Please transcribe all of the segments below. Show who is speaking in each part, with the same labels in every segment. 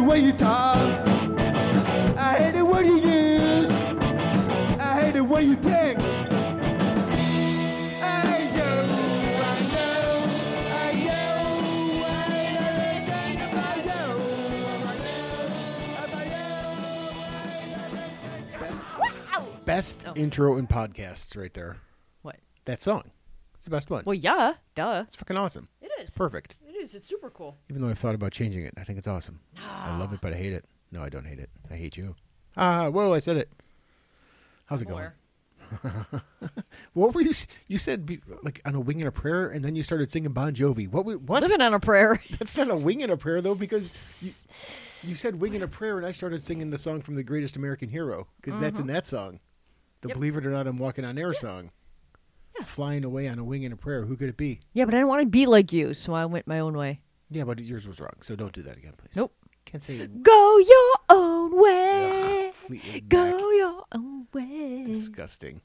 Speaker 1: way you talk. I hate the word you use. I hate the way you think. Hey, yo, I know. Hey, yo, I know everything about you. About you.
Speaker 2: Best,
Speaker 3: Wow.
Speaker 2: best
Speaker 3: Oh.
Speaker 2: intro in podcasts right there.
Speaker 3: What?
Speaker 2: That song. It's the best one.
Speaker 3: Well, yeah, duh.
Speaker 2: It's freaking awesome.
Speaker 3: It is.
Speaker 2: It's perfect.
Speaker 3: It is. It's super cool.
Speaker 2: Even though I've thought about changing it, I think it's awesome. I love it,
Speaker 3: Ah.
Speaker 2: but I hate it. No, I don't hate it. I hate you. Ah, whoa, I said it. How's it going?
Speaker 3: More.
Speaker 2: What were you? s- You said be- like on a wing and a prayer, and then you started singing Bon Jovi. What? were- What?
Speaker 3: Living on a prayer.
Speaker 2: That's not a wing and a prayer though, because you, you said wing and a prayer, and I started singing the song from the Greatest American Hero because that's in that song, the
Speaker 3: Uh-huh. Yep.
Speaker 2: Believe It or Not, I'm Walking on Air song. Flying away on a wing and a prayer. Who could it be?
Speaker 3: yeah, but I didn't want to be like you, so I went my own way.
Speaker 2: Yeah, but yours was wrong, so don't do that again, please.
Speaker 3: Nope.
Speaker 2: Can't say
Speaker 3: Go your own way.
Speaker 2: Fleetwood Mac.
Speaker 3: Go your own way.
Speaker 2: Disgusting.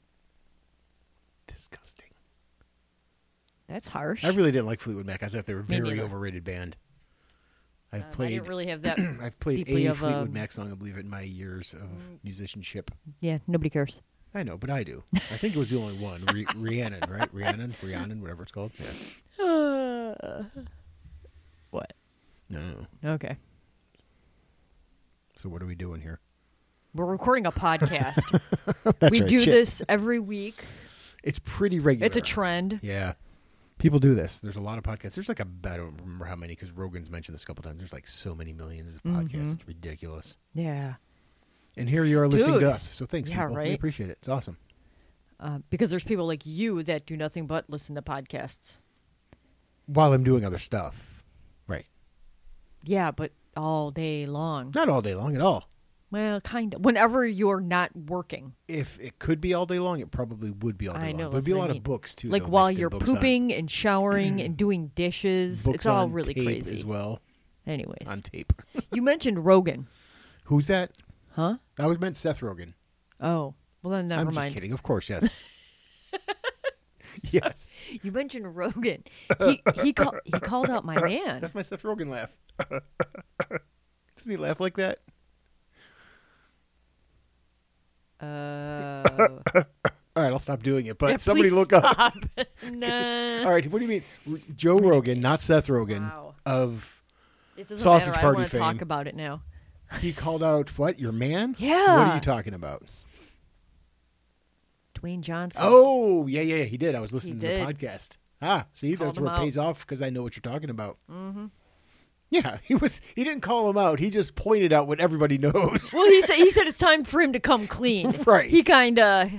Speaker 2: Disgusting.
Speaker 3: That's harsh.
Speaker 2: I really didn't like Fleetwood Mac. I thought they were a
Speaker 3: Me
Speaker 2: very
Speaker 3: neither.
Speaker 2: overrated band. I've
Speaker 3: Um, I
Speaker 2: played
Speaker 3: didn't really have that.
Speaker 2: I've played
Speaker 3: deeply
Speaker 2: a
Speaker 3: of,
Speaker 2: Fleetwood
Speaker 3: um, Mm.
Speaker 2: Mac song, I believe, in my years of musicianship.
Speaker 3: yeah, nobody cares.
Speaker 2: I know, but I do. I think it was the only one. Re- Rhiannon, right? Rhiannon, Rhiannon, whatever it's called. Yeah.
Speaker 3: what?
Speaker 2: No, no, no.
Speaker 3: Okay.
Speaker 2: So what are we doing here?
Speaker 3: We're recording a podcast.
Speaker 2: That's
Speaker 3: we
Speaker 2: right,
Speaker 3: do
Speaker 2: shit.
Speaker 3: this every week.
Speaker 2: It's pretty regular.
Speaker 3: It's a trend.
Speaker 2: Yeah. People do this. There's a lot of podcasts. There's like a I don't remember how many because Rogan's mentioned this a couple times. There's like so many millions of podcasts.
Speaker 3: Mm-hmm.
Speaker 2: It's ridiculous.
Speaker 3: Yeah.
Speaker 2: And here you are listening
Speaker 3: Dude.
Speaker 2: to us. So thanks,
Speaker 3: Yeah,
Speaker 2: people. We
Speaker 3: right?
Speaker 2: appreciate it. It's awesome.
Speaker 3: Uh, because there's people like you that do nothing but listen to podcasts.
Speaker 2: While I'm doing other stuff. Right.
Speaker 3: Yeah, but all day long.
Speaker 2: Not all day long at all.
Speaker 3: Well, kind of. Whenever you're not working,
Speaker 2: If it could be all day long, it probably would be all day
Speaker 3: I know.
Speaker 2: long. There'd
Speaker 3: that's
Speaker 2: be a
Speaker 3: what I
Speaker 2: lot
Speaker 3: mean.
Speaker 2: of books too.
Speaker 3: Like
Speaker 2: though,
Speaker 3: while
Speaker 2: mixed in,
Speaker 3: you're
Speaker 2: books on-
Speaker 3: pooping and showering and doing dishes,
Speaker 2: books
Speaker 3: it's all
Speaker 2: on
Speaker 3: really
Speaker 2: tape
Speaker 3: crazy.
Speaker 2: as well.
Speaker 3: Anyways,
Speaker 2: On tape.
Speaker 3: you mentioned Rogan,
Speaker 2: Who's that?
Speaker 3: huh?
Speaker 2: I was meant Seth Rogen.
Speaker 3: Oh, well then never
Speaker 2: I'm
Speaker 3: mind.
Speaker 2: just kidding. Of course, yes. yes.
Speaker 3: You mentioned Rogan. He he called he called out my man.
Speaker 2: That's my Seth Rogen laugh. Doesn't he laugh like that?
Speaker 3: Uh,
Speaker 2: All right, I'll stop doing it. But
Speaker 3: yeah,
Speaker 2: somebody
Speaker 3: please
Speaker 2: look up.
Speaker 3: stop. nah.
Speaker 2: All right, what do you mean? R- Joe Rogan, not Seth Rogen,
Speaker 3: Wow.
Speaker 2: of
Speaker 3: It doesn't
Speaker 2: Sausage
Speaker 3: matter. I
Speaker 2: Party
Speaker 3: want to talk
Speaker 2: fame.
Speaker 3: about it now.
Speaker 2: he called out what your man? What are
Speaker 3: Yeah.
Speaker 2: you talking about?
Speaker 3: Dwayne Johnson.
Speaker 2: Oh yeah, yeah, yeah, he did. I was listening to
Speaker 3: did.
Speaker 2: the podcast. Ah, see,
Speaker 3: Called
Speaker 2: that's
Speaker 3: him
Speaker 2: where it
Speaker 3: out.
Speaker 2: pays off because I know what you're talking about. Mm-hmm. Yeah, he was. He didn't call him out. He just pointed out what everybody knows.
Speaker 3: Well, he said he said it's time for him to come clean.
Speaker 2: Right.
Speaker 3: He kind of.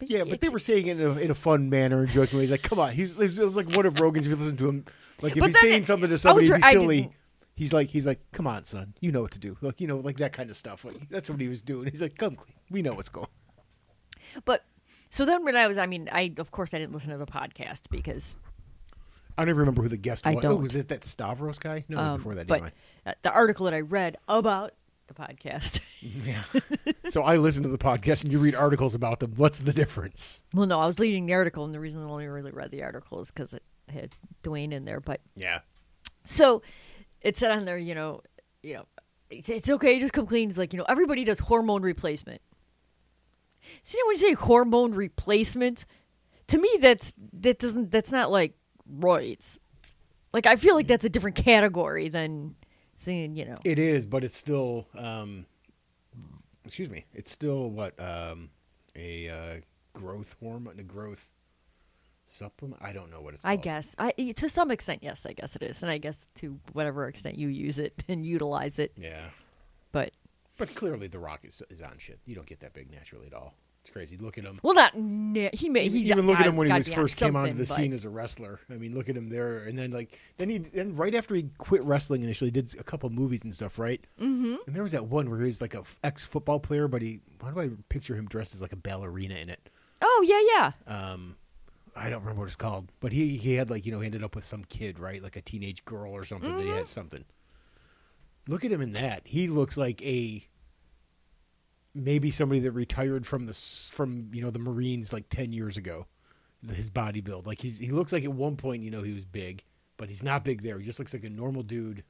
Speaker 2: Yeah, but they
Speaker 3: it's-
Speaker 2: were saying it in a, in a fun manner and joking way. He's like, "Come on," he's it was like one of Rogan's. If you listen to him, like if
Speaker 3: But
Speaker 2: he's
Speaker 3: then
Speaker 2: saying
Speaker 3: it-
Speaker 2: something
Speaker 3: I
Speaker 2: to
Speaker 3: was
Speaker 2: somebody,
Speaker 3: right-
Speaker 2: he's
Speaker 3: I
Speaker 2: silly.
Speaker 3: didn't-
Speaker 2: He's like, he's like, "Come on, son, you know what to do." Like you know, like that kind of stuff. Like that's what he was doing. He's like, "Come, we know what's going." on."
Speaker 3: But so then when I was, I mean, I of course I didn't listen to the podcast because
Speaker 2: I don't even remember who the guest
Speaker 3: I
Speaker 2: was. Oh,
Speaker 3: don't.
Speaker 2: was it that Stavros guy? No,
Speaker 3: um,
Speaker 2: before that,
Speaker 3: but
Speaker 2: anyway.
Speaker 3: uh, the article that I read about the podcast.
Speaker 2: Yeah. so I listen to the podcast and you read articles about them. What's the difference?
Speaker 3: well, no, I was reading the article, and the reason I only really read the article is because it had Dwayne in there. But
Speaker 2: Yeah.
Speaker 3: so it said on there, you know, you know, it's, it's okay, just come clean. It's like you know, everybody does hormone replacement. See when you say hormone replacement, to me that's that doesn't that's not like roids. Like I feel like that's a different category than saying you know.
Speaker 2: It is, but it's still um excuse me. It's still what um a uh, growth hormone, a growth supplement. I don't know what it's
Speaker 3: I
Speaker 2: called.
Speaker 3: guess I to some extent yes, I guess it is, and I guess to whatever extent you use it and utilize it,
Speaker 2: Yeah.
Speaker 3: but
Speaker 2: But clearly the rock is, is on shit. You don't get that big naturally at all. It's crazy. Look at him.
Speaker 3: well, not na- he may he's
Speaker 2: even look at
Speaker 3: I-
Speaker 2: him when he
Speaker 3: gotta
Speaker 2: was
Speaker 3: be on
Speaker 2: first came onto the
Speaker 3: something,
Speaker 2: scene
Speaker 3: but-
Speaker 2: as a wrestler. I mean, look at him there, and then like then he then right after he quit wrestling initially, did a couple movies and stuff, right? Mm-hmm. And there was that one where he was like a ex football player, but he why do I picture him dressed as like a ballerina in it?
Speaker 3: oh yeah yeah
Speaker 2: Um, I don't remember what it's called, but he he had like you know he ended up with some kid, right, like a teenage girl or something. That he had something. Look at him in that. He looks like a maybe somebody that retired from the s- from you know the Marines like ten years ago. His body build, like he's he looks like at one point you know he was big, but he's not big there. He just looks like a normal dude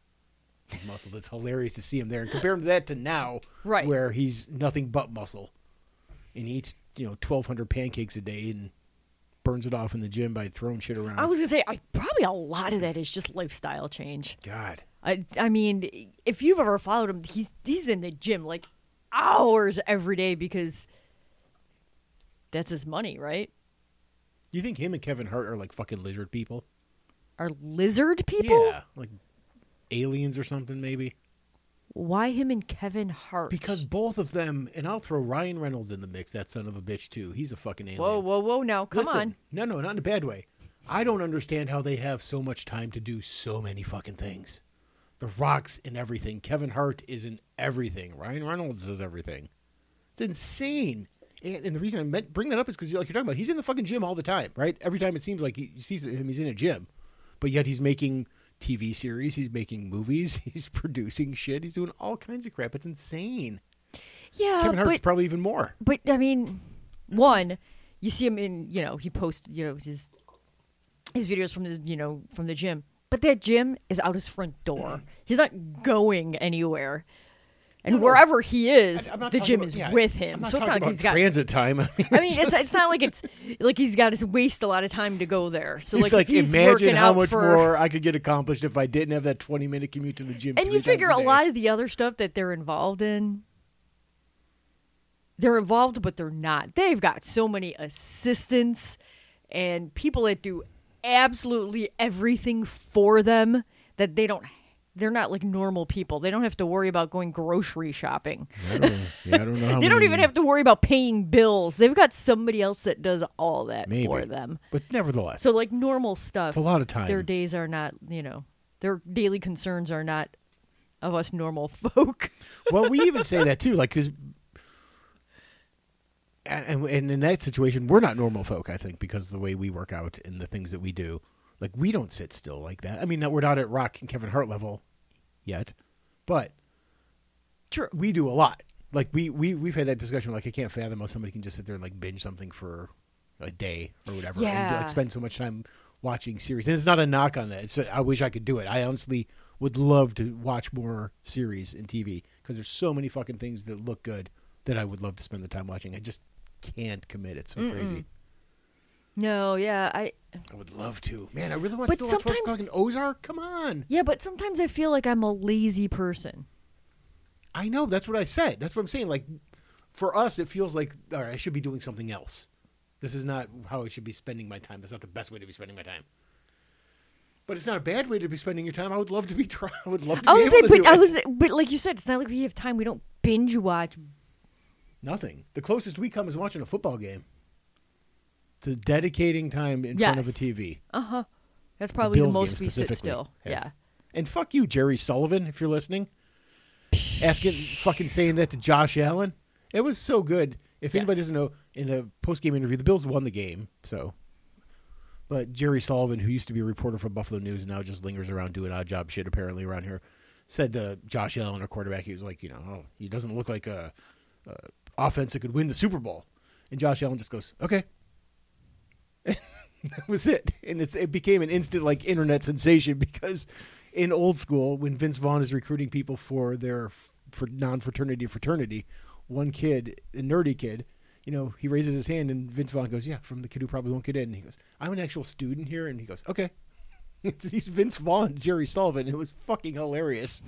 Speaker 2: muscle. That's hilarious to see him there and compare him to that to now,
Speaker 3: Right.
Speaker 2: Where he's nothing but muscle, and he eats you know twelve hundred pancakes a day and burns it off in the gym by throwing shit around.
Speaker 3: I was gonna say, I, probably a lot of that is just lifestyle change.
Speaker 2: God.
Speaker 3: I, I mean, if you've ever followed him, he's he's in the gym like hours every day because that's his money, right?
Speaker 2: You think him and Kevin Hart are like fucking lizard people?
Speaker 3: Are lizard people?
Speaker 2: Yeah, like aliens or something maybe.
Speaker 3: Why him and Kevin Hart?
Speaker 2: Because both of them, and I'll throw Ryan Reynolds in the mix. That son of a bitch too. He's a fucking alien.
Speaker 3: whoa, whoa, whoa! Now come
Speaker 2: Listen,
Speaker 3: on.
Speaker 2: No, no, not in a bad way. I don't understand how they have so much time to do so many fucking things. The Rock's in everything. Kevin Hart is in everything. Ryan Reynolds does everything. It's insane. And, and the reason I meant bring that up is because like you're talking about, he's in the fucking gym all the time, right? Every time it seems like he, you see him, he's in a gym, but yet he's making TV series, he's making movies, he's producing shit, he's doing all kinds of crap. It's insane.
Speaker 3: Yeah,
Speaker 2: Kevin Hart's
Speaker 3: Uh, but
Speaker 2: probably even more.
Speaker 3: but I mean, one, you see him in you know he posts you know his his videos from the you know from the gym, but that gym is out his front door. He's not going anywhere, and
Speaker 2: Mm-hmm. No, no.
Speaker 3: wherever he is,
Speaker 2: I- I'm not
Speaker 3: the
Speaker 2: talking
Speaker 3: gym
Speaker 2: about-
Speaker 3: is
Speaker 2: yeah,
Speaker 3: with him.
Speaker 2: I'm not
Speaker 3: so it's
Speaker 2: talking
Speaker 3: not like
Speaker 2: about
Speaker 3: he's got.
Speaker 2: transit time. I mean,
Speaker 3: I mean, it's, it's not like it's like he's got to waste a lot of time to go there. So
Speaker 2: it's
Speaker 3: like,
Speaker 2: like,
Speaker 3: if he's
Speaker 2: imagine
Speaker 3: working
Speaker 2: how
Speaker 3: out
Speaker 2: much
Speaker 3: for,
Speaker 2: more I could get accomplished if I didn't have that twenty minute commute to the gym.
Speaker 3: And
Speaker 2: three
Speaker 3: you figure
Speaker 2: times
Speaker 3: a
Speaker 2: day.
Speaker 3: lot of the other stuff that they're involved in, they're involved, but they're not. They've got so many assistants and people that do absolutely everything for them that they don't. They're not like normal people. They don't have to worry about going grocery shopping.
Speaker 2: I don't, yeah, I don't know. How
Speaker 3: They don't
Speaker 2: many-
Speaker 3: even have to worry about paying bills. They've got somebody else that does all that
Speaker 2: Maybe.
Speaker 3: for them.
Speaker 2: But nevertheless,
Speaker 3: So like normal stuff.
Speaker 2: it's a lot of time.
Speaker 3: Their days are not, you know, their daily concerns are not of us normal folk.
Speaker 2: well, we even say that too, like because. And, and in that situation, we're not normal folk, I think, because of the way we work out and the things that we do, like we don't sit still like that. I mean, we're not at Rock and Kevin Hart level yet, but
Speaker 3: True.
Speaker 2: we do a lot. Like we we we've had that discussion. Like I can't fathom how somebody can just sit there and like binge something for a day or whatever, and
Speaker 3: Yeah.
Speaker 2: like spend so much time watching series. And it's not a knock on that. It's I wish I could do it. I honestly would love to watch more series and TV because there's so many fucking things that look good that I would love to spend the time watching. I just can't commit. It's so crazy.
Speaker 3: No, yeah, I
Speaker 2: I would love to. Man, I really want to
Speaker 3: But
Speaker 2: still watch
Speaker 3: sometimes-
Speaker 2: fucking Ozark. Come on.
Speaker 3: yeah, but sometimes I feel like I'm a lazy person.
Speaker 2: I know. That's what I said. That's what I'm saying. Like, for us, it feels like all right, I should be doing something else. This is not how I should be spending my time. That's not the best way to be spending my time. But it's not a bad way to be spending your time. I would love to be. Try- I would love to.
Speaker 3: I
Speaker 2: be
Speaker 3: was
Speaker 2: able
Speaker 3: say,
Speaker 2: to
Speaker 3: but
Speaker 2: do
Speaker 3: I
Speaker 2: it.
Speaker 3: was, but like you said, it's not like we have time. We don't binge watch.
Speaker 2: nothing. The closest we come is watching a football game. To dedicating time in front of a
Speaker 3: Yes.
Speaker 2: TV.
Speaker 3: That's probably
Speaker 2: Bills
Speaker 3: the
Speaker 2: game
Speaker 3: most we sit
Speaker 2: specifically
Speaker 3: still.
Speaker 2: has-
Speaker 3: Yeah.
Speaker 2: And fuck you, Jerry Sullivan, if you're listening. Asking, fucking saying that to Josh Allen. It was so good. If anybody
Speaker 3: Yes.
Speaker 2: doesn't know, in the post game interview, the Bills won the game. So, but Jerry Sullivan, who used to be a reporter for Buffalo News, now just lingers around doing odd job shit apparently around here, said to Josh Allen, our quarterback, he was like, you know, oh, he doesn't look like a, a offense that could win the Super Bowl. And Josh Allen just goes, okay, that was it. And it's, it became an instant like internet sensation because in old school, when Vince Vaughn is recruiting people for their for non-fraternity fraternity, one kid, a nerdy kid, you know, he raises his hand and Vince Vaughn goes, "Yeah, from the kid who probably won't get in." And he goes, "I'm an actual student here," and he goes, "Okay." It's, he's Vince Vaughn, Jerry Sullivan. It was fucking hilarious.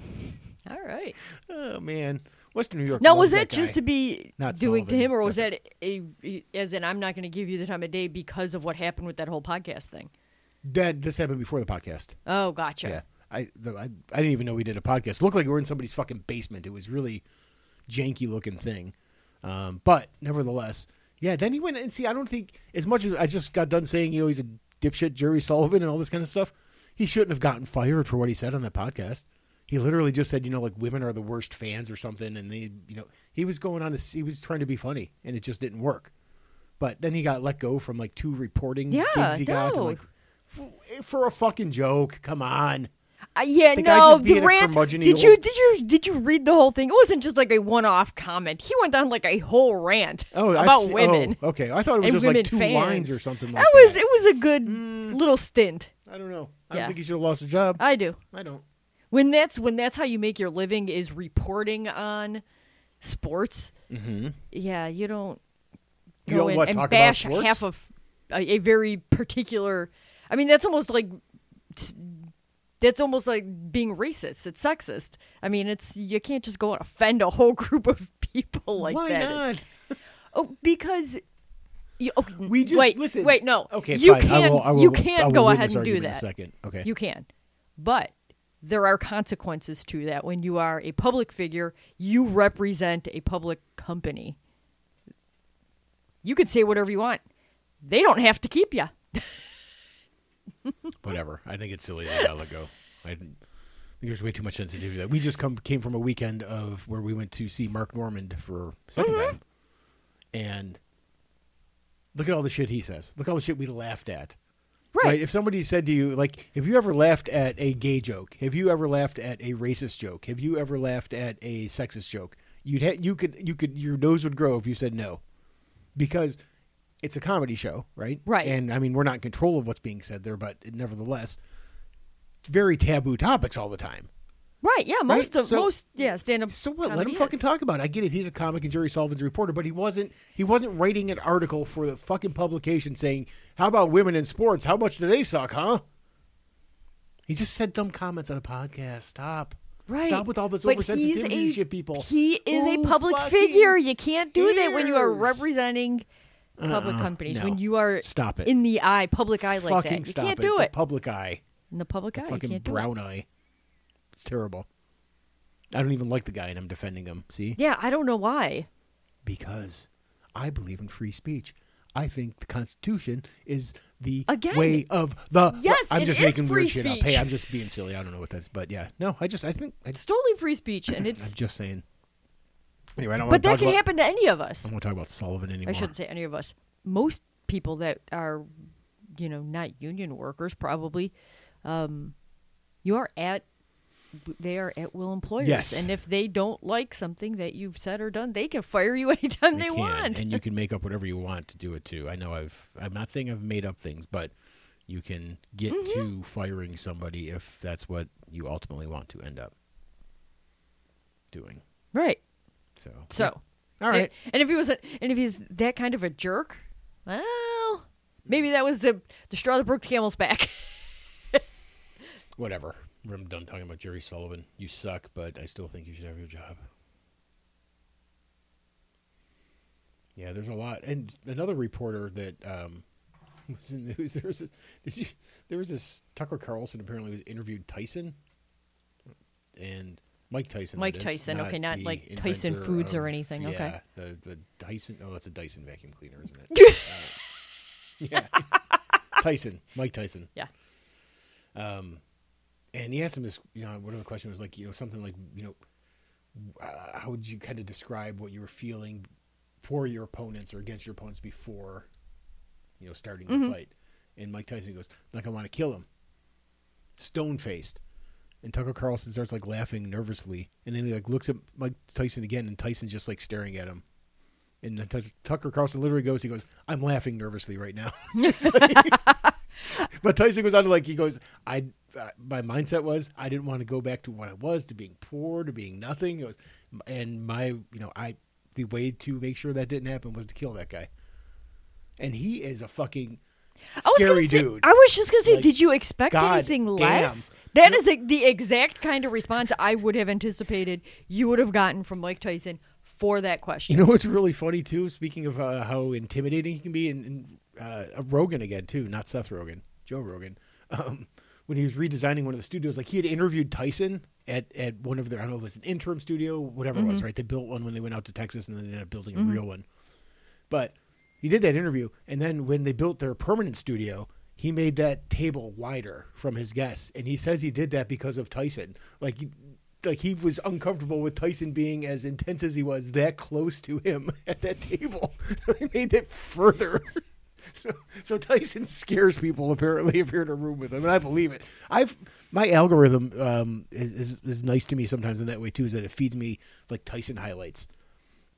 Speaker 3: All right.
Speaker 2: Oh man, Western New York.
Speaker 3: Now,
Speaker 2: loves
Speaker 3: was
Speaker 2: that
Speaker 3: that just
Speaker 2: guy.
Speaker 3: to be
Speaker 2: Not
Speaker 3: doing to
Speaker 2: Sullivan,
Speaker 3: him, or was that a, a- as in I'm not going to give you the time of day because of what happened with that whole podcast thing?
Speaker 2: that? This happened before the podcast.
Speaker 3: Oh, gotcha.
Speaker 2: Yeah. I, the, I I didn't even know we did a podcast. looked like we were in somebody's fucking basement. It was really janky looking thing. Um, but nevertheless, yeah, then he went and see, I don't think as much as I just got done saying, you know, he's a dipshit Jerry Sullivan and all this kind of stuff, he shouldn't have gotten fired for what he said on that podcast. He literally just said, you know, like women are the worst fans or something and they you know, he was going on to he was trying to be funny and it just didn't work. But then he got let go from like two reporting
Speaker 3: Yeah,
Speaker 2: gigs he got and
Speaker 3: no.
Speaker 2: like f- for a fucking joke. Come on.
Speaker 3: Uh, yeah,
Speaker 2: The guy
Speaker 3: no,
Speaker 2: just being a
Speaker 3: Durant.
Speaker 2: curmudgeon-y
Speaker 3: Did you
Speaker 2: old-
Speaker 3: did you did you read the whole thing? It wasn't just like a one-off comment. He went on like a whole rant
Speaker 2: Oh, I
Speaker 3: about
Speaker 2: see-
Speaker 3: women
Speaker 2: Oh, okay, I thought it was
Speaker 3: and
Speaker 2: just
Speaker 3: women
Speaker 2: like two
Speaker 3: fans.
Speaker 2: lines or something like
Speaker 3: that
Speaker 2: that. Mm.
Speaker 3: was it was a good little stint.
Speaker 2: I don't know. I
Speaker 3: Yeah.
Speaker 2: don't think he should have lost a job. I,
Speaker 3: I do.
Speaker 2: don't.
Speaker 3: When that's when that's how you make your living is reporting on sports.
Speaker 2: Mm-hmm.
Speaker 3: Yeah, you don't
Speaker 2: You
Speaker 3: go
Speaker 2: don't
Speaker 3: in
Speaker 2: what,
Speaker 3: and
Speaker 2: talk about
Speaker 3: bash
Speaker 2: sports?
Speaker 3: half of a, a very particular. I mean, that's almost like t- that's almost like being racist. It's sexist. I mean, it's you can't just go and offend a whole group of people like
Speaker 2: Why
Speaker 3: that.
Speaker 2: not?
Speaker 3: Oh, because you, okay, n-
Speaker 2: We just
Speaker 3: wait,
Speaker 2: listen.
Speaker 3: Wait, no.
Speaker 2: Okay,
Speaker 3: you
Speaker 2: fine.
Speaker 3: can
Speaker 2: I will, I will,
Speaker 3: you
Speaker 2: I
Speaker 3: can
Speaker 2: will
Speaker 3: go
Speaker 2: witness
Speaker 3: ahead and do
Speaker 2: argument in a
Speaker 3: that.
Speaker 2: second. Okay.
Speaker 3: You can, but there are consequences to that. When you are a public figure, you represent a public company. You could say whatever you want. They don't have to keep you.
Speaker 2: Whatever. I think it's silly that I gotta let go. I think there's way too much sensitivity. to That we just come came from a weekend of where we went to see Mark Normand for 2nd time, and look at all the shit he says. Look at all the shit we laughed at.
Speaker 3: Right.
Speaker 2: If somebody said to you, like, have you ever laughed at a gay joke? Have you ever laughed at a racist joke? Have you ever laughed at a sexist joke? You'd ha- you could you could your nose would grow if you said no, because it's a comedy show, right?
Speaker 3: Right.
Speaker 2: And I mean, we're not in control of what's being said there, but nevertheless, it's very taboo topics all the time.
Speaker 3: Right. Yeah. Most of
Speaker 2: So-
Speaker 3: most yeah stand up.
Speaker 2: So what? Let him fucking talk about it. I get it. He's a comic and Jerry Sullivan's a reporter, but he wasn't. He wasn't writing an article for the fucking publication saying, "How about women in sports? How much do they suck?" Huh? He just said dumb comments on a podcast. Stop.
Speaker 3: Right.
Speaker 2: Stop with all this
Speaker 3: But he's
Speaker 2: oversensitivity
Speaker 3: a-
Speaker 2: and shit, people.
Speaker 3: He is
Speaker 2: Who
Speaker 3: a public
Speaker 2: fucking
Speaker 3: figure. You can't do that when you are
Speaker 2: cares?
Speaker 3: representing public
Speaker 2: Uh-uh.
Speaker 3: companies.
Speaker 2: No.
Speaker 3: When you are
Speaker 2: Stop it.
Speaker 3: in the eye, public eye like
Speaker 2: fucking
Speaker 3: that, you
Speaker 2: stop
Speaker 3: can't
Speaker 2: it.
Speaker 3: do
Speaker 2: The
Speaker 3: it
Speaker 2: public eye.
Speaker 3: in the public eye. You
Speaker 2: fucking
Speaker 3: can't do it.
Speaker 2: brown eye. It's terrible. I don't even like the guy, and I'm defending him. See.
Speaker 3: Yeah, I don't know why.
Speaker 2: because I believe in free speech. I think the Constitution is the
Speaker 3: Again.
Speaker 2: way of the.
Speaker 3: Yes,
Speaker 2: I'm
Speaker 3: it
Speaker 2: just
Speaker 3: is
Speaker 2: making
Speaker 3: free
Speaker 2: weird shit up. Hey,
Speaker 3: speech.
Speaker 2: I'm just being silly. I don't know what that's, but yeah, no, I just, I think, I,
Speaker 3: It's totally free speech, and
Speaker 2: I'm
Speaker 3: it's
Speaker 2: just saying. Anyway, I don't
Speaker 3: but
Speaker 2: want to
Speaker 3: that
Speaker 2: talk
Speaker 3: can
Speaker 2: about.
Speaker 3: happen to any of us.
Speaker 2: I don't want to talk about Sullivan anymore.
Speaker 3: I shouldn't say any of us. Most people that are, you know, not union workers probably, um, you are at, they are at will employers.
Speaker 2: Yes.
Speaker 3: And if they don't like something that you've said or done, they can fire you anytime they,
Speaker 2: can,
Speaker 3: want.
Speaker 2: and you can make up whatever you want to do it too. I know I've. I'm not saying I've made up things, but you can get
Speaker 3: Mm-hmm.
Speaker 2: to firing somebody if that's what you ultimately want to end up doing.
Speaker 3: right.
Speaker 2: So.
Speaker 3: So.
Speaker 2: All right.
Speaker 3: And, and if he was, a, and if he's that kind of a jerk, well, maybe that was the the straw that broke the camel's back.
Speaker 2: whatever. I'm done talking about Jerry Sullivan. You suck, but I still think you should have your job. Yeah, there's a lot, and another reporter that um, was in the news. There was a, did you, there was this Tucker Carlson apparently was interviewed Tyson, and Mike Tyson. that
Speaker 3: Mike
Speaker 2: is,
Speaker 3: Tyson, okay, not
Speaker 2: the
Speaker 3: like Tyson
Speaker 2: inventor
Speaker 3: Foods or
Speaker 2: of-
Speaker 3: anything,
Speaker 2: yeah,
Speaker 3: okay.
Speaker 2: the, the Dyson. Oh, that's a Dyson vacuum cleaner, isn't it? Uh, yeah, Tyson, Mike Tyson.
Speaker 3: Yeah.
Speaker 2: and he asked him this you know one of the questions was like you know something like you know uh, how would you kind of describe what you were feeling for your opponents or against your opponents before you know starting the fight and mike tyson goes like i want to kill him stone faced and tucker carlson starts like laughing nervously and then he like looks at mike tyson again and tyson's just like staring at him and then Tuck- Tucker Carlson literally goes, he goes, I'm laughing nervously right now. But Tyson goes on to like he goes, I uh, my mindset was I didn't want to go back to what I was to being poor to being nothing. It was, and my you know I the way to make sure that didn't happen was to kill that guy. And he is a fucking
Speaker 3: I was
Speaker 2: scary
Speaker 3: gonna say-
Speaker 2: dude.
Speaker 3: I was just gonna say,
Speaker 2: Like,
Speaker 3: did you expect
Speaker 2: God
Speaker 3: anything
Speaker 2: damn.
Speaker 3: less? That is like the exact kind of response I would have anticipated you would have gotten from Mike Tyson for that question.
Speaker 2: You know what's really funny too? Speaking of uh, how intimidating he can be, and, and uh, Rogan again too, not Seth Rogan, Joe Rogan. Um, when he was redesigning one of the studios, like he had interviewed Tyson at at one of their, I don't know if it was an interim studio, whatever it was, right? They built one when they went out to Texas, and then they ended up building a real one. But he did that interview, and then when they built their permanent studio, he made that table wider from his guests, and he says he did that because of Tyson. Like, he- like he was uncomfortable with Tyson being as intense as he was that close to him at that table. So he made it further. So, so Tyson scares people apparently if you're in a room with him, and I believe it. I've my algorithm um, is, is is nice to me sometimes in that way too. Is that it feeds me like Tyson highlights,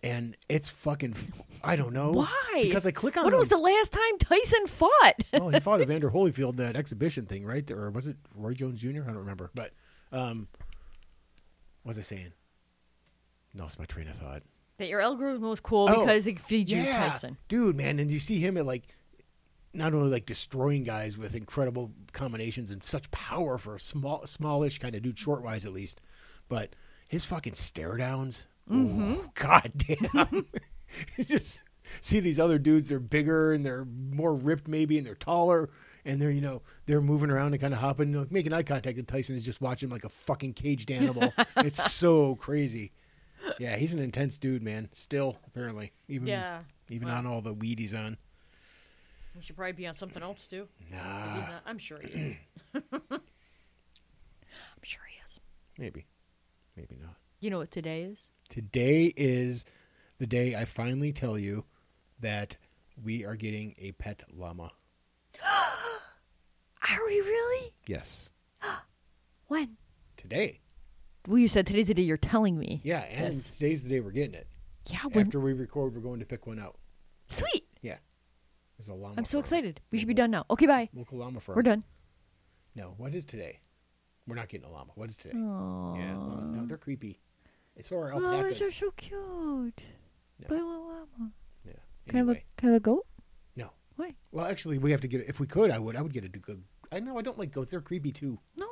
Speaker 2: and it's fucking. I don't know
Speaker 3: Why?
Speaker 2: because I click on. Oh,
Speaker 3: When
Speaker 2: them.
Speaker 3: was the last time Tyson fought?
Speaker 2: well, he fought Evander Holyfield in that exhibition thing, right? Or was it Roy Jones Jr.? I don't remember. But Um, what was I saying? Lost my train of thought.
Speaker 3: That your El Groom was cool
Speaker 2: Oh,
Speaker 3: because it feeds you Tyson.
Speaker 2: dude, man, and you see him at like not only like destroying guys with incredible combinations and such power for a small, smallish kind of dude, short wise at least, but his fucking stare downs.
Speaker 3: Mm-hmm.
Speaker 2: ooh, God damn. You just see these other dudes, they're bigger and they're more ripped maybe and they're taller and they're, you know, they're moving around and kind of hopping, like, making eye contact. And Tyson is just watching like a fucking caged animal. it's so crazy. Yeah, he's an intense dude, man. Still, apparently. Even
Speaker 3: Yeah.
Speaker 2: even
Speaker 3: Wow.
Speaker 2: on all the weed he's on.
Speaker 3: He should probably be on something else too. If he's
Speaker 2: Nah,
Speaker 3: not- I'm sure he is. I'm sure he is.
Speaker 2: maybe, maybe not.
Speaker 3: You know what today is?
Speaker 2: Today is the day I finally tell you that we are getting a pet llama.
Speaker 3: Are we really?
Speaker 2: Yes,
Speaker 3: When?
Speaker 2: today.
Speaker 3: Well, you said today's the day you're telling me.
Speaker 2: Yeah, and
Speaker 3: Yes. Oh,
Speaker 2: today's the day we're getting it.
Speaker 3: Yeah. When?
Speaker 2: After we record, we're going to pick one out.
Speaker 3: Sweet.
Speaker 2: Yeah, there's a llama.
Speaker 3: I'm so
Speaker 2: farm.
Speaker 3: excited. We should be done now. Okay, bye.
Speaker 2: Local llama farm.
Speaker 3: We're done.
Speaker 2: No, what is today? We're not getting a llama. What is today?
Speaker 3: Oh.
Speaker 2: Yeah, llama- no, they're creepy. It's our
Speaker 3: Oh,
Speaker 2: alpacas.
Speaker 3: those are so cute.
Speaker 2: No.
Speaker 3: But I want llama.
Speaker 2: yeah.
Speaker 3: Can I have a
Speaker 2: anyway.
Speaker 3: can I have a goat?
Speaker 2: No.
Speaker 3: Why?
Speaker 2: Well, actually, we have to get. If we could, I would. I would get a good. I know I don't like goats. They're creepy too.
Speaker 3: No,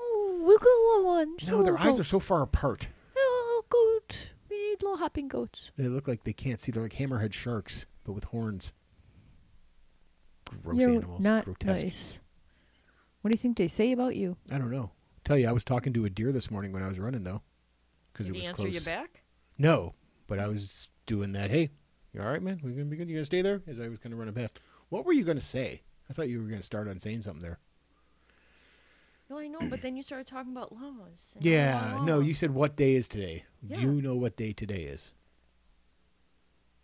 Speaker 3: we got a little one. Just a
Speaker 2: No, their
Speaker 3: little
Speaker 2: eyes are
Speaker 3: goat.
Speaker 2: so far apart.
Speaker 3: No goat. We need little hopping goats.
Speaker 2: They look like they can't see. They're like hammerhead sharks, but with horns. Gross
Speaker 3: You're
Speaker 2: animals.
Speaker 3: not
Speaker 2: Grotesque.
Speaker 3: nice. What do you think they say about you?
Speaker 2: I don't know. Tell you, I was talking to a deer this morning when I was running though, because it was close.
Speaker 3: back?
Speaker 2: No, but I was doing that. Hey, you all right, man? We gonna be good? You gonna stay there? As I was kind of running past. What were you gonna say? I thought you were gonna start on saying something there.
Speaker 3: No, I know, but then you started talking about llamas.
Speaker 2: Yeah, no, you said what day is today.
Speaker 3: Yeah.
Speaker 2: Do you know what day today is?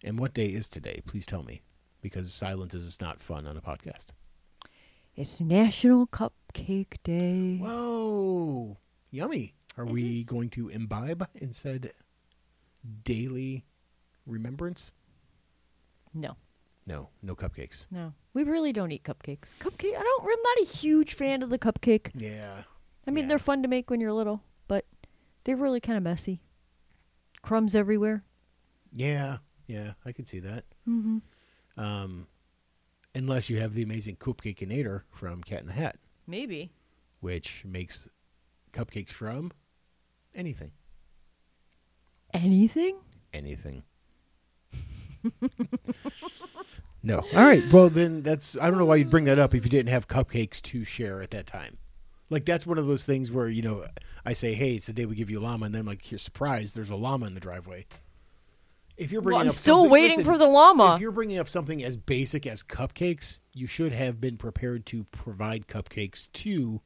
Speaker 2: And what day is today? Please tell me. Because silence is not fun on a podcast.
Speaker 3: It's National Cupcake Day.
Speaker 2: Whoa. Yummy. Are
Speaker 3: It
Speaker 2: we
Speaker 3: is.
Speaker 2: going to imbibe and said daily remembrance?
Speaker 3: No,
Speaker 2: No, no cupcakes.
Speaker 3: no, we really don't eat cupcakes. Cupcake? I don't. I'm not a huge fan of the cupcake.
Speaker 2: Yeah.
Speaker 3: I mean,
Speaker 2: Yeah.
Speaker 3: they're fun to make when you're little, but they're really kind of messy. Crumbs everywhere.
Speaker 2: Yeah. Yeah, I could see that.
Speaker 3: Mm-hmm.
Speaker 2: Um, unless you have the amazing cupcake inator from Cat in the Hat.
Speaker 3: Maybe.
Speaker 2: which makes cupcakes from anything.
Speaker 3: Anything?
Speaker 2: Anything. no. All right. Well, then that's, I don't know why you'd bring that up if you didn't have cupcakes to share at that time. Like, that's one of those things where, you know, I say, hey, it's the day we give you a llama. And then, like, here, surprise, there's a llama in the driveway. If you're bringing
Speaker 3: Well, I'm
Speaker 2: up
Speaker 3: still
Speaker 2: something-
Speaker 3: waiting
Speaker 2: listen,
Speaker 3: for the llama.
Speaker 2: If you're bringing up something as basic as cupcakes, you should have been prepared to provide cupcakes to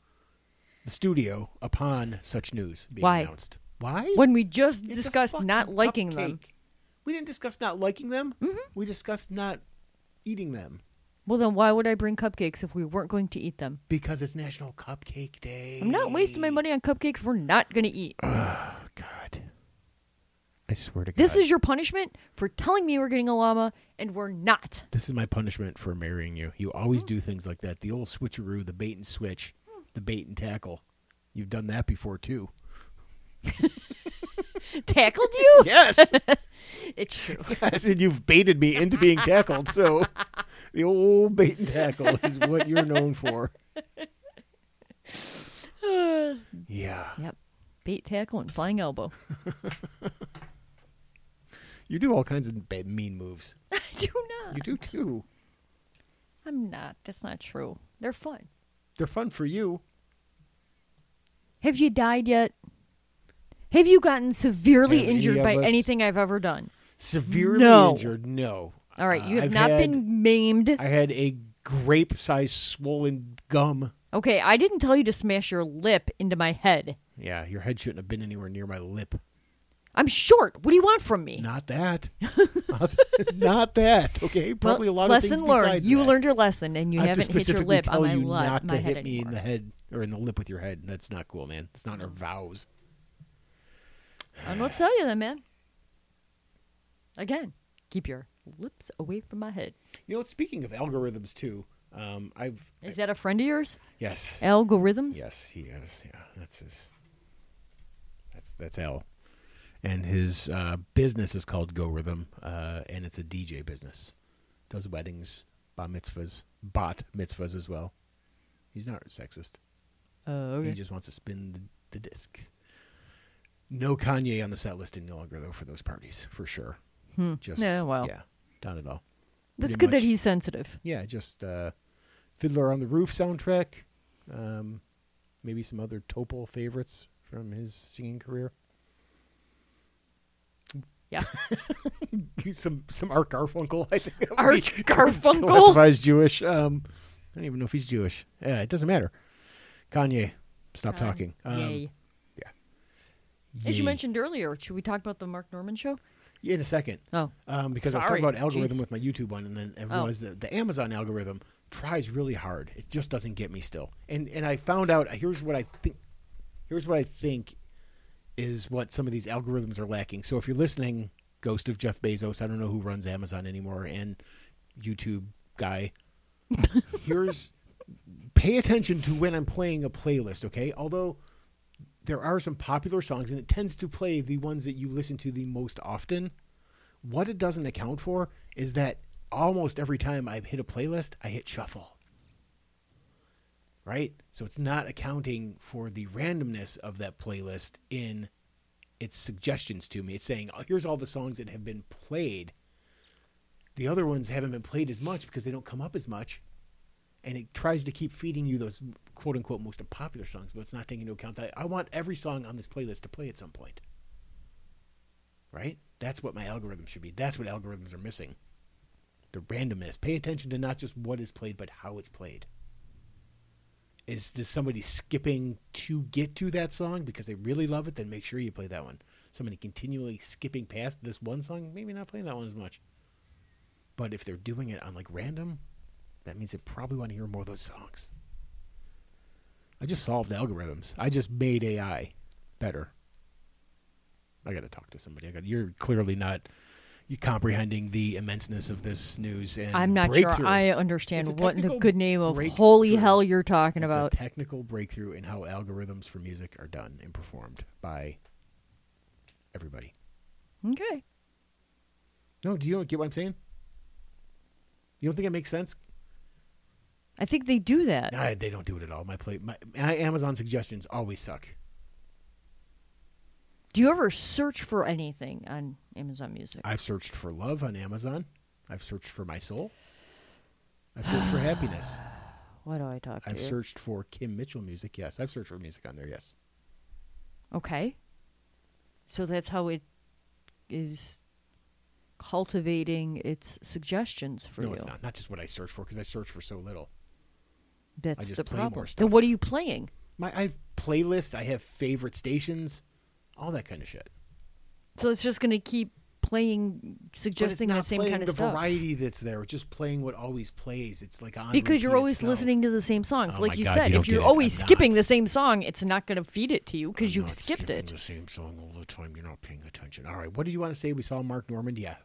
Speaker 2: the studio upon such news being
Speaker 3: Why?
Speaker 2: announced. Why?
Speaker 3: When we just
Speaker 2: It's a
Speaker 3: discussed
Speaker 2: fucking
Speaker 3: not liking them. Mm-hmm.
Speaker 2: cupcake. We didn't discuss not liking them. We discussed not eating them
Speaker 3: Well, then why would I bring cupcakes if we weren't going to eat them?
Speaker 2: because it's National Cupcake Day.
Speaker 3: I'm not wasting my money on cupcakes we're not going to eat.
Speaker 2: Oh, God. I swear to God.
Speaker 3: This is your punishment for telling me we're getting a llama and we're not.
Speaker 2: This is my punishment for marrying you. You
Speaker 3: Mm.
Speaker 2: always do things like that. The old switcheroo, the bait and switch, the bait and tackle. You've done that before too.
Speaker 3: Tackled you?
Speaker 2: Yes.
Speaker 3: It's true.
Speaker 2: I said you've baited me into being tackled. So the old bait and tackle is what you're known for. Yeah.
Speaker 3: Yep. Bait tackle and flying elbow.
Speaker 2: You do all kinds of ba- mean moves.
Speaker 3: I do
Speaker 2: You
Speaker 3: not.
Speaker 2: do too.
Speaker 3: I'm not. That's not true. They're fun.
Speaker 2: They're fun for you.
Speaker 3: Have you died yet? Have you gotten severely
Speaker 2: Have any
Speaker 3: injured
Speaker 2: of
Speaker 3: by
Speaker 2: us-
Speaker 3: anything I've ever done?
Speaker 2: Severely
Speaker 3: No.
Speaker 2: injured. No.
Speaker 3: All right, you
Speaker 2: Uh,
Speaker 3: have
Speaker 2: I've
Speaker 3: not
Speaker 2: had-
Speaker 3: been maimed.
Speaker 2: I had a grape-sized swollen gum.
Speaker 3: okay, I didn't tell you to smash your lip into my head.
Speaker 2: Yeah, your head shouldn't have been anywhere near my lip.
Speaker 3: I'm short. What do you want from me?
Speaker 2: Not that. not, not that. Okay.
Speaker 3: Well,
Speaker 2: Probably a lot of
Speaker 3: lesson
Speaker 2: things
Speaker 3: learned.
Speaker 2: besides
Speaker 3: you
Speaker 2: that.
Speaker 3: learned your lesson, and you
Speaker 2: I have to
Speaker 3: haven't hit your
Speaker 2: specifically
Speaker 3: lip on
Speaker 2: tell
Speaker 3: my,
Speaker 2: you
Speaker 3: li-
Speaker 2: not
Speaker 3: my
Speaker 2: to
Speaker 3: head
Speaker 2: hit me
Speaker 3: anymore.
Speaker 2: in the head or in the lip with your head. That's not cool, man. It's not in our vows.
Speaker 3: I don't know what to tell you then, man. Again, keep your lips away from my head.
Speaker 2: You know, speaking of algorithms too, um, I've
Speaker 3: Is that a friend of yours?
Speaker 2: yes,
Speaker 3: Algorithms?
Speaker 2: yes, he is. Yeah, that's his That's that's Al. And his uh, business is called Go Rhythm, uh, and it's a DJ business. Does weddings, bat mitzvahs, bat mitzvahs as well. He's not sexist.
Speaker 3: Oh, okay.
Speaker 2: He just wants to spin the, the discs. No Kanye on the set list any longer though for those parties for sure. Just
Speaker 3: Hmm. Yeah, well.
Speaker 2: yeah, not at all. pretty
Speaker 3: That's good
Speaker 2: much-
Speaker 3: that he's sensitive.
Speaker 2: Yeah, just uh, Fiddler on the Roof soundtrack. Um, maybe some other Topol favorites from his singing career.
Speaker 3: Yeah.
Speaker 2: some some Art Garfunkel, I think. that would
Speaker 3: Art
Speaker 2: be
Speaker 3: Garfunkel.
Speaker 2: classified as Jewish. Um, I don't even know if he's Jewish. Yeah, it doesn't matter. Kanye, stop talking. Um,
Speaker 3: Yay.
Speaker 2: yay.
Speaker 3: As you mentioned earlier, should we talk about the Mark Norman show?
Speaker 2: Yeah, in a second.
Speaker 3: Oh,
Speaker 2: Um, because I was
Speaker 3: Sorry.
Speaker 2: talking about algorithm
Speaker 3: Jeez. Oh.
Speaker 2: with my YouTube one, and then I realized that the Amazon algorithm tries really hard. It just doesn't get me still. And and I found out here's what I think. Here's what I think is what some of these algorithms are lacking. So if you're listening, Ghost of Jeff Bezos, I don't know who runs Amazon anymore, and YouTube guy, here's pay attention to when I'm playing a playlist. Okay, although. There are some popular songs, and it tends to play the ones that you listen to the most often what it doesn't account for is that almost every time I hit a playlist, I hit shuffle. Right? So it's not accounting for the randomness of that playlist in its suggestions to me. It's saying, oh, here's all the songs that have been played. The other ones haven't been played as much because they don't come up as much. And it tries to keep feeding you those quote unquote most popular songs, but it's not taking into account that I want every song on this playlist to play at some point right? That's what my algorithm should be. That's what algorithms are missing. The randomness. Pay attention to not just what is played, but how it's played. Is this somebody skipping to get to that song because they really love it? Then make sure you play that one. Somebody continually skipping past this one song, maybe not playing that one as much. But if they're doing it on like random, that means they probably want to hear more of those songs. I just solved algorithms. I just made AI better. I got to talk to somebody. I got you're clearly not you comprehending the immenseness of this news and
Speaker 3: I'm not sure
Speaker 2: breakthrough.
Speaker 3: I
Speaker 2: It's
Speaker 3: understand
Speaker 2: a
Speaker 3: what in the
Speaker 2: technical
Speaker 3: good name of
Speaker 2: breakthrough.
Speaker 3: holy hell you're talking
Speaker 2: It's
Speaker 3: about.
Speaker 2: a technical breakthrough in how algorithms for music are done and performed by everybody.
Speaker 3: okay.
Speaker 2: No, do you don't get what I'm saying? You don't think it makes sense?
Speaker 3: I think they do that.
Speaker 2: Nah, they don't do it at all. My play, my, my Amazon suggestions always suck.
Speaker 3: Do you ever search for anything on Amazon Music?
Speaker 2: I've searched for love on Amazon. I've searched for my soul. I've searched for happiness.
Speaker 3: Why do I talk to
Speaker 2: I've
Speaker 3: you?
Speaker 2: searched for Kim Mitchell music. Yes, I've searched for music on there. Yes.
Speaker 3: okay. So that's how it is cultivating its suggestions for
Speaker 2: no,
Speaker 3: you.
Speaker 2: it's not. Not just what I search for because I search for so little.
Speaker 3: That's
Speaker 2: just
Speaker 3: the
Speaker 2: play more
Speaker 3: problem.
Speaker 2: stuff.
Speaker 3: Then what are you playing?
Speaker 2: My I have playlists. I have favorite stations, all that kind of shit.
Speaker 3: So it's just going to keep playing,
Speaker 2: But it's
Speaker 3: suggesting
Speaker 2: not
Speaker 3: that same
Speaker 2: playing
Speaker 3: kind of
Speaker 2: the
Speaker 3: stuff.
Speaker 2: variety that's there. It's just playing what always plays. It's like on
Speaker 3: because you're
Speaker 2: repeat
Speaker 3: always
Speaker 2: itself.
Speaker 3: listening to the same songs.
Speaker 2: Oh my
Speaker 3: like you
Speaker 2: God,
Speaker 3: said,
Speaker 2: you
Speaker 3: if
Speaker 2: don't
Speaker 3: you're
Speaker 2: get it.
Speaker 3: always
Speaker 2: I'm
Speaker 3: skipping
Speaker 2: not. Oh,
Speaker 3: the same song, it's not going to feed it to you because
Speaker 2: I'm
Speaker 3: you've
Speaker 2: not
Speaker 3: skipped
Speaker 2: skipping
Speaker 3: it.
Speaker 2: The same song all the time. You're not paying attention. All right. What did you want to say? We saw Mark Norman. Yeah,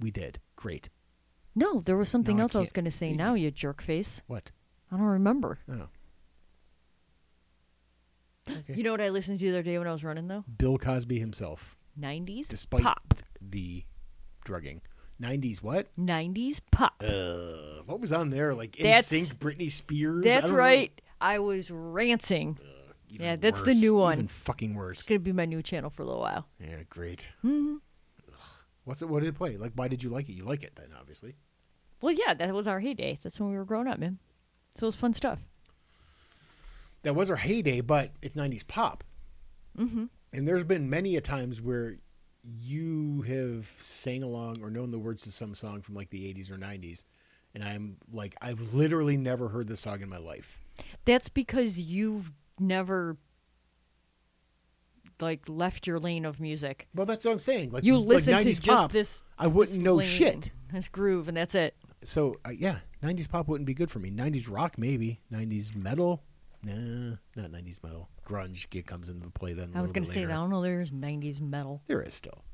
Speaker 2: we did. Great.
Speaker 3: No, there was something
Speaker 2: No, I
Speaker 3: else I was
Speaker 2: can't.
Speaker 3: going to say now, you jerk face.
Speaker 2: What?
Speaker 3: I don't remember.
Speaker 2: Oh. Okay.
Speaker 3: You know what I listened to the other day when I was running, though?
Speaker 2: Bill Cosby himself,
Speaker 3: 90s
Speaker 2: despite
Speaker 3: pop.
Speaker 2: the drugging. 90s what?
Speaker 3: 90s pop.
Speaker 2: Uh, what was on there? Like in
Speaker 3: That's-
Speaker 2: sync, Britney Spears. I
Speaker 3: that's
Speaker 2: don't know.
Speaker 3: right. I was ranting.
Speaker 2: Even
Speaker 3: Yeah, that's the
Speaker 2: worse.
Speaker 3: new one.
Speaker 2: Even fucking worse.
Speaker 3: It's Mm-hmm. going to be my new channel for a little while.
Speaker 2: Yeah, great. Ugh. What's it? What did it play? Like, why did you like it? You like it then, obviously.
Speaker 3: Well, yeah, that was our heyday. That's when we were growing up, man. So it was fun stuff.
Speaker 2: That was our heyday, but it's '90s pop. Mm-hmm. And there's been many a times where you have sang along or known the words to some song from like the '80s or '90s, and I'm like, I've literally never heard this song in my life.
Speaker 3: That's because you've never like left your lane of music.
Speaker 2: Well, that's what I'm saying. Like
Speaker 3: You
Speaker 2: like
Speaker 3: listen to
Speaker 2: 90s
Speaker 3: just
Speaker 2: pop,
Speaker 3: this.
Speaker 2: I wouldn't
Speaker 3: this
Speaker 2: know
Speaker 3: lane,
Speaker 2: shit.
Speaker 3: This groove, and that's it.
Speaker 2: so uh, yeah, '90s pop wouldn't be good for me. '90s rock maybe. '90s metal, nah, not '90s metal. Grunge get comes into the play then. I
Speaker 3: I was
Speaker 2: going
Speaker 3: gonna
Speaker 2: to
Speaker 3: say, I don't know. There's '90s metal.
Speaker 2: There is still.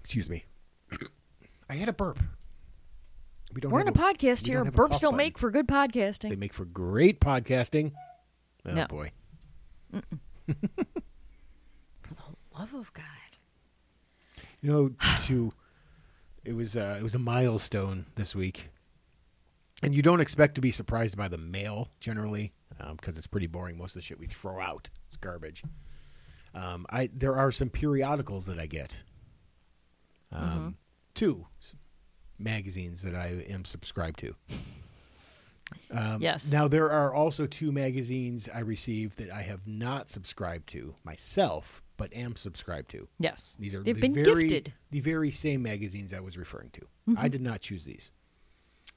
Speaker 2: Excuse me. I had a burp. We don't.
Speaker 3: We're on a
Speaker 2: have
Speaker 3: podcast
Speaker 2: we
Speaker 3: here.
Speaker 2: have a
Speaker 3: Burps
Speaker 2: cough
Speaker 3: don't
Speaker 2: button.
Speaker 3: make for good podcasting.
Speaker 2: They make for great podcasting. Oh
Speaker 3: No.
Speaker 2: boy,
Speaker 3: For the love of God.
Speaker 2: You know, to it was uh, it was a milestone this week, and you don't expect to be surprised by the mail generally because it's pretty boring. Most of the shit we throw out it's garbage. Um, I there are some periodicals that I get, um, two s- magazines that I am subscribed to.
Speaker 3: yes.
Speaker 2: Um, Now there are also two magazines I received that I have not subscribed to myself, but am subscribed to.
Speaker 3: yes.
Speaker 2: These are
Speaker 3: They've
Speaker 2: the
Speaker 3: been
Speaker 2: very, uh,
Speaker 3: gifted. Mm-hmm.
Speaker 2: The very same magazines I was referring to. I did not choose these.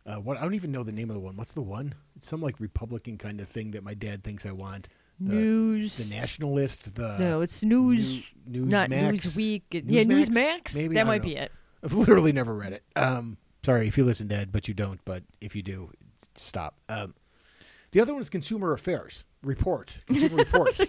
Speaker 2: Uh, what I don't even know the name of the one. What's the one? It's some like Republican kind of thing that my dad thinks I want. The,
Speaker 3: news.
Speaker 2: the nationalist. The
Speaker 3: no, it's news.
Speaker 2: New-
Speaker 3: not
Speaker 2: Newsmax?
Speaker 3: Newsweek. yeah,
Speaker 2: Newsmax?
Speaker 3: Newsmax.
Speaker 2: Maybe, I
Speaker 3: that
Speaker 2: don't
Speaker 3: might
Speaker 2: know.
Speaker 3: be it.
Speaker 2: I've literally never read it. Um, sorry if you listen, Dad, but you don't. But if you do, s- stop. Um, the other one is Consumer Affairs Report. Consumer Reports.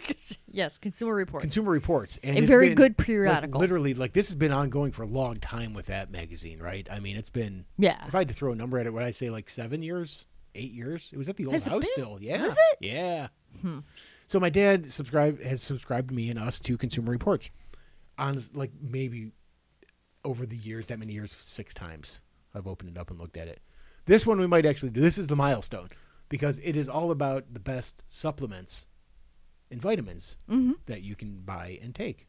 Speaker 3: yes, Consumer Reports.
Speaker 2: Consumer Reports. And
Speaker 3: A
Speaker 2: it's
Speaker 3: very
Speaker 2: been,
Speaker 3: good
Speaker 2: like,
Speaker 3: periodical.
Speaker 2: literally, like this has been ongoing for a long time with that magazine, right? I mean, it's been.
Speaker 3: yeah.
Speaker 2: If I had to throw a number at it, would I say like seven years, eight years? It was at the old
Speaker 3: Has it
Speaker 2: house
Speaker 3: been?
Speaker 2: still. Yeah.
Speaker 3: Was it? Hmm.
Speaker 2: Yeah. So my dad subscribed has subscribed me and us to Consumer Reports, on like maybe over the years that many years six times I've opened it up and looked at it. This one we might actually do. This is the milestone because it is all about the best supplements and vitamins
Speaker 3: Mm-hmm.
Speaker 2: that you can buy and take,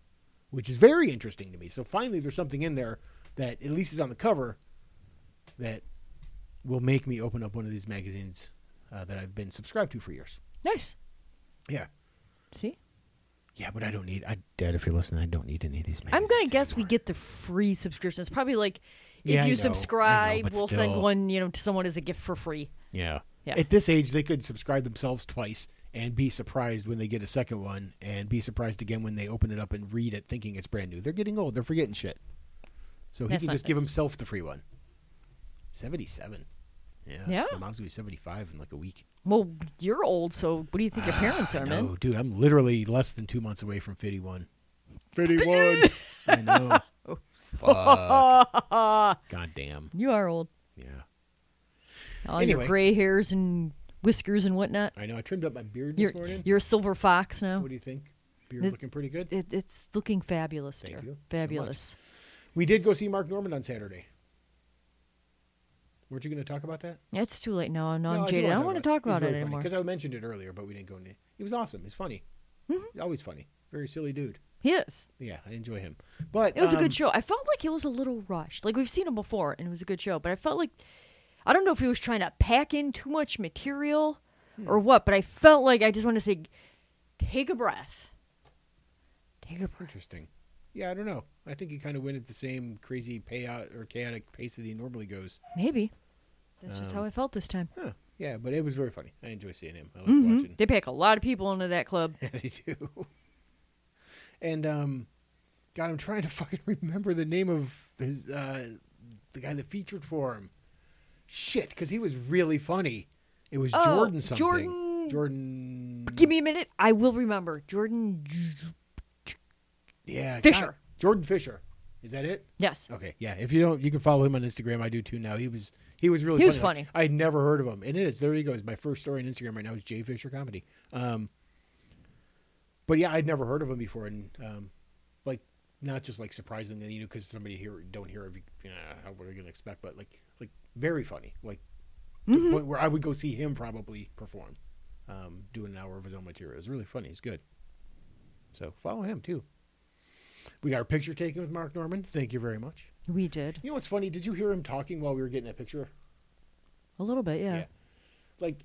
Speaker 2: which is very interesting to me. So finally, there's something in there that at least is on the cover that will make me open up one of these magazines uh, that I've been subscribed to for years.
Speaker 3: nice.
Speaker 2: Yeah.
Speaker 3: See?
Speaker 2: Yeah, but I don't need. I, Dad, if you're listening, I don't need any of these. Magazines
Speaker 3: I'm gonna guess we
Speaker 2: anymore.
Speaker 3: get the free subscriptions. Probably like if
Speaker 2: Yeah, I
Speaker 3: you
Speaker 2: know, I know,
Speaker 3: subscribe,
Speaker 2: but
Speaker 3: we'll send
Speaker 2: still.
Speaker 3: one, you know, to someone as a gift for free.
Speaker 2: Yeah.
Speaker 3: Yeah.
Speaker 2: At this age, they could subscribe themselves twice and be surprised when they get a second one, and be surprised again when they open it up and read it, thinking it's brand new. They're getting old. They're forgetting shit. So he
Speaker 3: That's
Speaker 2: can
Speaker 3: not
Speaker 2: just give
Speaker 3: nice.
Speaker 2: himself the free one. Seventy-seven. Yeah.
Speaker 3: Yeah.
Speaker 2: My mom's gonna be seventy-five in like a week.
Speaker 3: Well, you're old, so what do you think your parents are,
Speaker 2: No,
Speaker 3: man?
Speaker 2: dude, I'm literally less than two months away from fifty-one. Fifty-one. I know.
Speaker 3: Oh,
Speaker 2: Fuck. God damn.
Speaker 3: You are old.
Speaker 2: Yeah.
Speaker 3: All
Speaker 2: Anyway.
Speaker 3: your gray hairs and whiskers and whatnot.
Speaker 2: I know. I trimmed up my beard
Speaker 3: You're
Speaker 2: this morning.
Speaker 3: you're a silver fox now.
Speaker 2: What do you think? Beard
Speaker 3: It-
Speaker 2: looking pretty good.
Speaker 3: It, it's looking fabulous,
Speaker 2: Thank
Speaker 3: dear.
Speaker 2: you so much.
Speaker 3: Fabulous.
Speaker 2: We did go see Mark Norman on Saturday. Weren't you going to talk about that?
Speaker 3: It's too late now. I'm non jaded. I don't want to talk about it anymore.
Speaker 2: because I mentioned it earlier, but we didn't go into. He was awesome. He's funny.
Speaker 3: Mm-hmm.
Speaker 2: He's always funny. Very silly dude.
Speaker 3: He is.
Speaker 2: Yeah, I enjoy him. But
Speaker 3: It was a
Speaker 2: um,
Speaker 3: good show. I felt like it was a little rushed. Like we've seen him before, and it was a good show. But I felt like I don't know if he was trying to pack in too much material or what. But I felt like I just want to say, take a breath. Take a breath.
Speaker 2: Interesting. Yeah, I don't know. I think he kind of went at the same crazy payout or chaotic pace that he normally goes.
Speaker 3: Maybe that's just how I felt this time.
Speaker 2: Huh. Yeah, but it was very funny. I enjoy seeing him. I like
Speaker 3: Mhm.
Speaker 2: watching.
Speaker 3: They pack a lot of people into that club.
Speaker 2: they do. And um, God, I'm trying to fucking remember the name of his uh, the guy that featured for him. Shit, because he was really funny. It was
Speaker 3: Oh,
Speaker 2: Jordan something.
Speaker 3: Jordan-
Speaker 2: Jordan.
Speaker 3: Give me a minute. I will remember. Jordan. J-
Speaker 2: Yeah. God.
Speaker 3: Fisher.
Speaker 2: Jordan Fisher. Is that it?
Speaker 3: Yes.
Speaker 2: Okay. Yeah. If you don't, you can follow him on Instagram. I do too now. He was he was really
Speaker 3: He was
Speaker 2: funny.
Speaker 3: funny.
Speaker 2: I had never heard of him, and it is there. He goes. My first story on Instagram right now is Jay Fisher comedy. Um, but yeah, I'd never heard of him before, and um, like not just like surprisingly, you know, because somebody here don't hear of you. Yeah, how what are you gonna expect? But like like very funny, like to
Speaker 3: Mm-hmm.
Speaker 2: the point where I would go see him probably perform, um, do an hour of his own material. It was really funny. He's good. So follow him too. We got our picture taken with Mark Norman. Thank you very much.
Speaker 3: We did
Speaker 2: You know what's funny? Did you hear him talking while we were getting that picture?
Speaker 3: a little bit. Yeah.
Speaker 2: Like,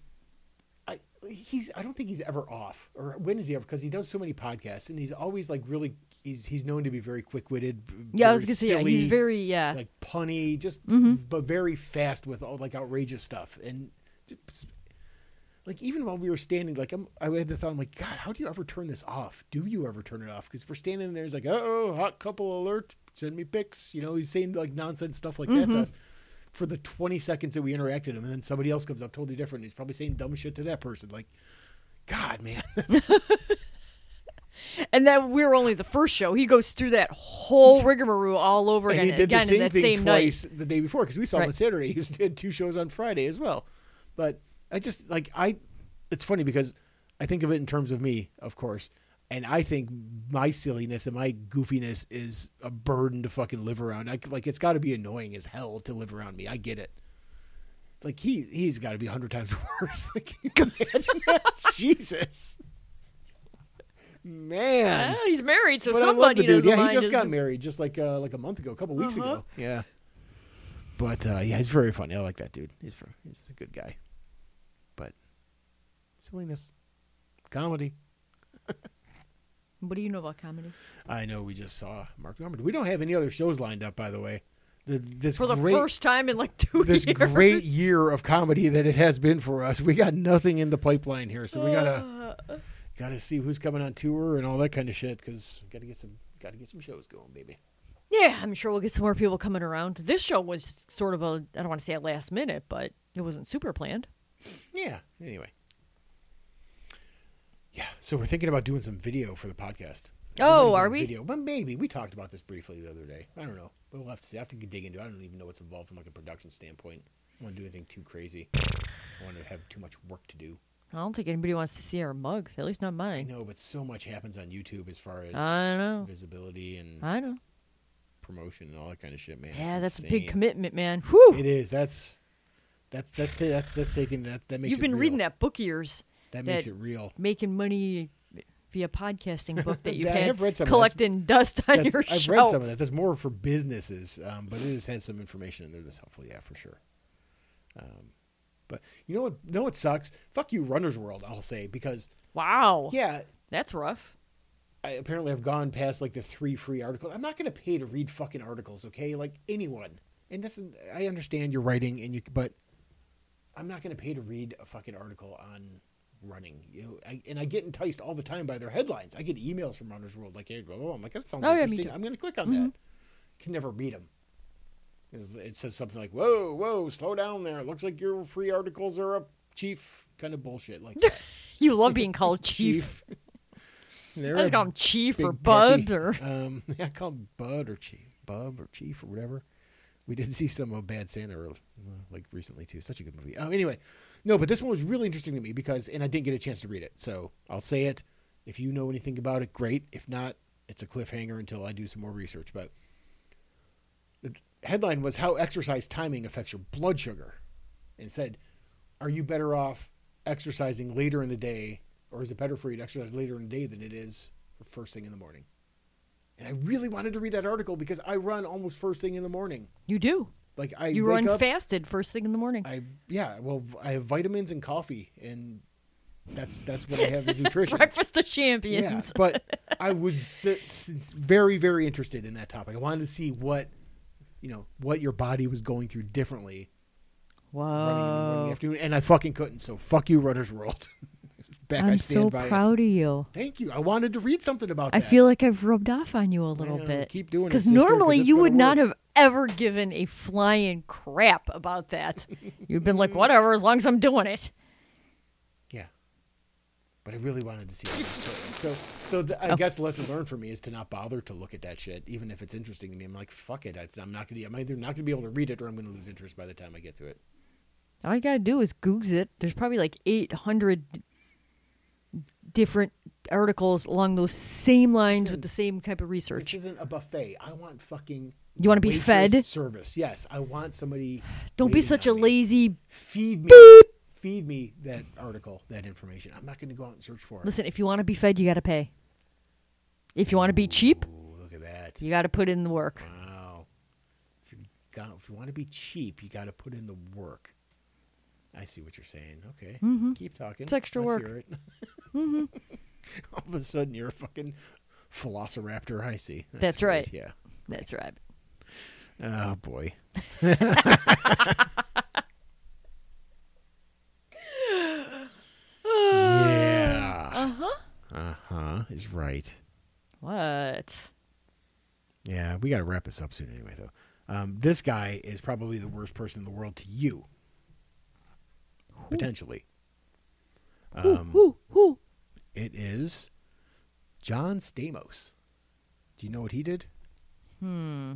Speaker 2: I he's I don't think he's ever off, or when is he ever? Because he does so many podcasts, and he's always like really he's he's known to be very quick witted.
Speaker 3: Yeah, I was gonna say yeah, he's very yeah.
Speaker 2: like punny, just but very fast with all like outrageous stuff and. Just, like even while we were standing, like I'm, I had the thought, I'm like, God, how do you ever turn this off? Do you ever turn it off? Because we're standing there, he's like, oh, hot couple alert, send me pics. You know, he's saying like nonsense stuff like that to us for the 20 seconds that we interacted with him, and then somebody else comes up totally different. He's probably saying dumb shit to that person. Like, God, man,
Speaker 3: And then we were only the first show. He goes through that whole rigmarole all over
Speaker 2: and
Speaker 3: again
Speaker 2: he did
Speaker 3: again
Speaker 2: the same
Speaker 3: in that
Speaker 2: thing
Speaker 3: same
Speaker 2: twice
Speaker 3: night.
Speaker 2: the day before because we saw him on
Speaker 3: Right.
Speaker 2: Saturday. He did two shows on Friday as well. But I just like I, it's funny because I think of it in terms of me, of course. And I think my silliness and my goofiness is a burden to fucking live around. I, like it's got to be annoying as hell to live around me. I get it. Like he he's got to be a hundred times worse. Like can you imagine that? Jesus, man.
Speaker 3: Well, he's married, so
Speaker 2: But I love
Speaker 3: somebody
Speaker 2: the dude.
Speaker 3: doesn't
Speaker 2: Yeah,
Speaker 3: mind
Speaker 2: he just
Speaker 3: his-
Speaker 2: got married just like uh, like a month ago, a couple weeks
Speaker 3: Uh-huh.
Speaker 2: ago. Yeah. But uh, yeah, he's very funny. I like that dude. He's ver- he's a good guy. But silliness, comedy.
Speaker 3: What do you know about comedy?
Speaker 2: I know we just saw Mark Norman. We don't have any other shows lined up, by the way. The, this
Speaker 3: For the
Speaker 2: great,
Speaker 3: first time in like two
Speaker 2: this
Speaker 3: years.
Speaker 2: great year of comedy that it has been for us. We got nothing in the pipeline here, so we gotta
Speaker 3: Uh,
Speaker 2: gotta see who's coming on tour and all that kind of shit. Because gotta get some gotta get some shows going, baby.
Speaker 3: yeah, I'm sure we'll get some more people coming around. This show was sort of a I don't want to say a last minute, but it wasn't super planned.
Speaker 2: Yeah. Anyway. Yeah. So we're thinking about doing some video for the podcast. Everybody's
Speaker 3: Oh, are
Speaker 2: on
Speaker 3: we?
Speaker 2: Video, but maybe we talked about this briefly the other day. I don't know. But we'll have to see. I have to dig into. it. I don't even know what's involved from like a production standpoint. I don't want to do anything too crazy. I want to have too much work to do.
Speaker 3: I don't think anybody wants to see our mugs, at least not
Speaker 2: I
Speaker 3: mine.
Speaker 2: know, but so much happens on YouTube as far as
Speaker 3: I know.
Speaker 2: visibility and
Speaker 3: I know.
Speaker 2: promotion and all that kind of shit, man.
Speaker 3: Yeah,
Speaker 2: It's
Speaker 3: that's a big
Speaker 2: insane.
Speaker 3: commitment, man. Whew.
Speaker 2: It is. That's that's that's that's that's taking that that makes.
Speaker 3: You've
Speaker 2: it
Speaker 3: been
Speaker 2: real.
Speaker 3: reading that book years,
Speaker 2: That makes
Speaker 3: that-
Speaker 2: it real.
Speaker 3: making money via podcasting book that you've
Speaker 2: I
Speaker 3: had
Speaker 2: have read some of that.
Speaker 3: collecting dust on
Speaker 2: That's-
Speaker 3: your
Speaker 2: I've
Speaker 3: shelf.
Speaker 2: read some of that. That's more for businesses, um, but it is, has some information in there that's helpful. Yeah, for sure. Um, but you know what? No, it sucks. Fuck you, Runner's World. I'll say because
Speaker 3: Wow.
Speaker 2: yeah,
Speaker 3: That's rough.
Speaker 2: I apparently have gone past like the three free articles. I'm not going to pay to read fucking articles, okay? Like anyone. And this is, I understand you're writing and you, but I'm not going to pay to read a fucking article on running. You know, I, and I get enticed all the time by their headlines. I get emails from Runner's World like, hey, oh, I'm like, that sounds
Speaker 3: Oh, yeah, me
Speaker 2: interesting.
Speaker 3: too. Mm-hmm.
Speaker 2: I'm going to click on that. Can never read them. It says something like, whoa, whoa, slow down there. It looks like your free articles are up, chief. Kind of bullshit. Like, that.
Speaker 3: You love being called chief.
Speaker 2: They're
Speaker 3: I just
Speaker 2: a
Speaker 3: call him chief or
Speaker 2: Big
Speaker 3: bud
Speaker 2: Peppy.
Speaker 3: or
Speaker 2: um, yeah, I call him Bud or Chief, Bub or Chief or whatever. We did see some of Bad Santa or, uh, like recently too. Such a good movie. Um, anyway, no, but this one was really interesting to me because, and I didn't get a chance to read it, so I'll say it. If you know anything about it, great. If not, it's a cliffhanger until I do some more research. But the headline was how exercise timing affects your blood sugar, and it said, "Are you better off exercising later in the day, or is it better for you to exercise later in the day than it is for first thing in the morning?" And I really wanted to read that article because I run almost first thing in the morning.
Speaker 3: you do.
Speaker 2: Like I
Speaker 3: You
Speaker 2: wake
Speaker 3: run
Speaker 2: up,
Speaker 3: fasted first thing in the morning.
Speaker 2: I yeah, well v- I have vitamins and coffee and that's that's what I have is nutrition.
Speaker 3: Breakfast of
Speaker 2: yeah,
Speaker 3: champions.
Speaker 2: but I was si- since very very interested in that topic. I wanted to see what you know, what your body was going throrough differently running in the morning
Speaker 3: Wow.
Speaker 2: afternoon and I fucking couldn't. So fuck you Runner's World. Back I
Speaker 3: I'm
Speaker 2: stand
Speaker 3: so
Speaker 2: by it.
Speaker 3: proud of you.
Speaker 2: Thank you. I wanted to read something about
Speaker 3: I
Speaker 2: that.
Speaker 3: feel like I've rubbed off on you a
Speaker 2: I
Speaker 3: little
Speaker 2: know.
Speaker 3: bit.
Speaker 2: Keep doing it,
Speaker 3: Because
Speaker 2: sister, 'cause
Speaker 3: normally
Speaker 2: it's
Speaker 3: you
Speaker 2: gonna
Speaker 3: would not
Speaker 2: work.
Speaker 3: have ever given a flying crap about that. You've been like, whatever, as long as I'm doing it.
Speaker 2: Yeah. But I really wanted to see it. So, so th-
Speaker 3: Oh.
Speaker 2: I guess the lesson learned for me is to not bother to look at that shit, even if it's interesting to me. I'm like, fuck it. It's, I'm not gonna. I'm either not gonna be able to read it, or I'm gonna lose interest by the time I get to it.
Speaker 3: All you gotta do is Googs it. There's probably like 800 different articles along those same lines
Speaker 2: Listen,
Speaker 3: with the same type of
Speaker 2: This
Speaker 3: research.
Speaker 2: isn't a buffet. I want fucking.
Speaker 3: You wanna be
Speaker 2: waitress
Speaker 3: fed?
Speaker 2: Service. Yes, I want somebody.
Speaker 3: Don't be
Speaker 2: waiting
Speaker 3: such a
Speaker 2: on me.
Speaker 3: lazy.
Speaker 2: Feed me. Feed me that article, that information. I'm not gonna go out and search for it.
Speaker 3: Listen, if you want to be fed, you gotta pay. If you want to be cheap,
Speaker 2: Ooh, look at that.
Speaker 3: you gotta put in the work.
Speaker 2: Wow. If you, got, if you want to be cheap, you got to put in the work. I see what you're saying. Okay. Keep talking.
Speaker 3: Mm-hmm. It's extra
Speaker 2: Let's
Speaker 3: work. Mm-hmm.
Speaker 2: hear it. All of a sudden, you're a fucking velociraptor. I see.
Speaker 3: That's right.
Speaker 2: great. Yeah.
Speaker 3: That's right.
Speaker 2: Oh, boy. yeah.
Speaker 3: Uh huh.
Speaker 2: Uh huh. Is right.
Speaker 3: What?
Speaker 2: Yeah, we got to wrap this up soon anyway, though. Um, this guy is probably the worst person in the world to you, potentially. Um,
Speaker 3: who? Who?
Speaker 2: It is John Stamos. Do you know what he did? Hmm.